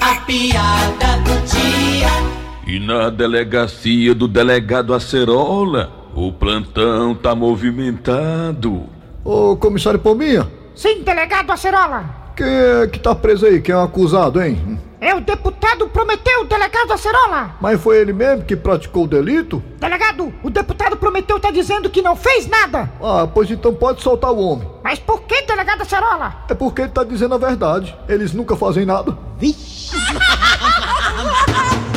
A piada do dia. E na delegacia do delegado Acerola, o plantão tá movimentado. Ô, comissário Pombinha, Sim, delegado Acerola. quem é que tá preso aí? Quem é o acusado, hein? É o deputado Prometeu, delegado Acerola. Mas foi ele mesmo que praticou o delito? Delegado, o deputado Prometeu tá dizendo que não fez nada. Ah, pois então pode soltar o homem. Mas por que, delegado Acerola? É porque ele tá dizendo a verdade. Eles nunca fazem nada.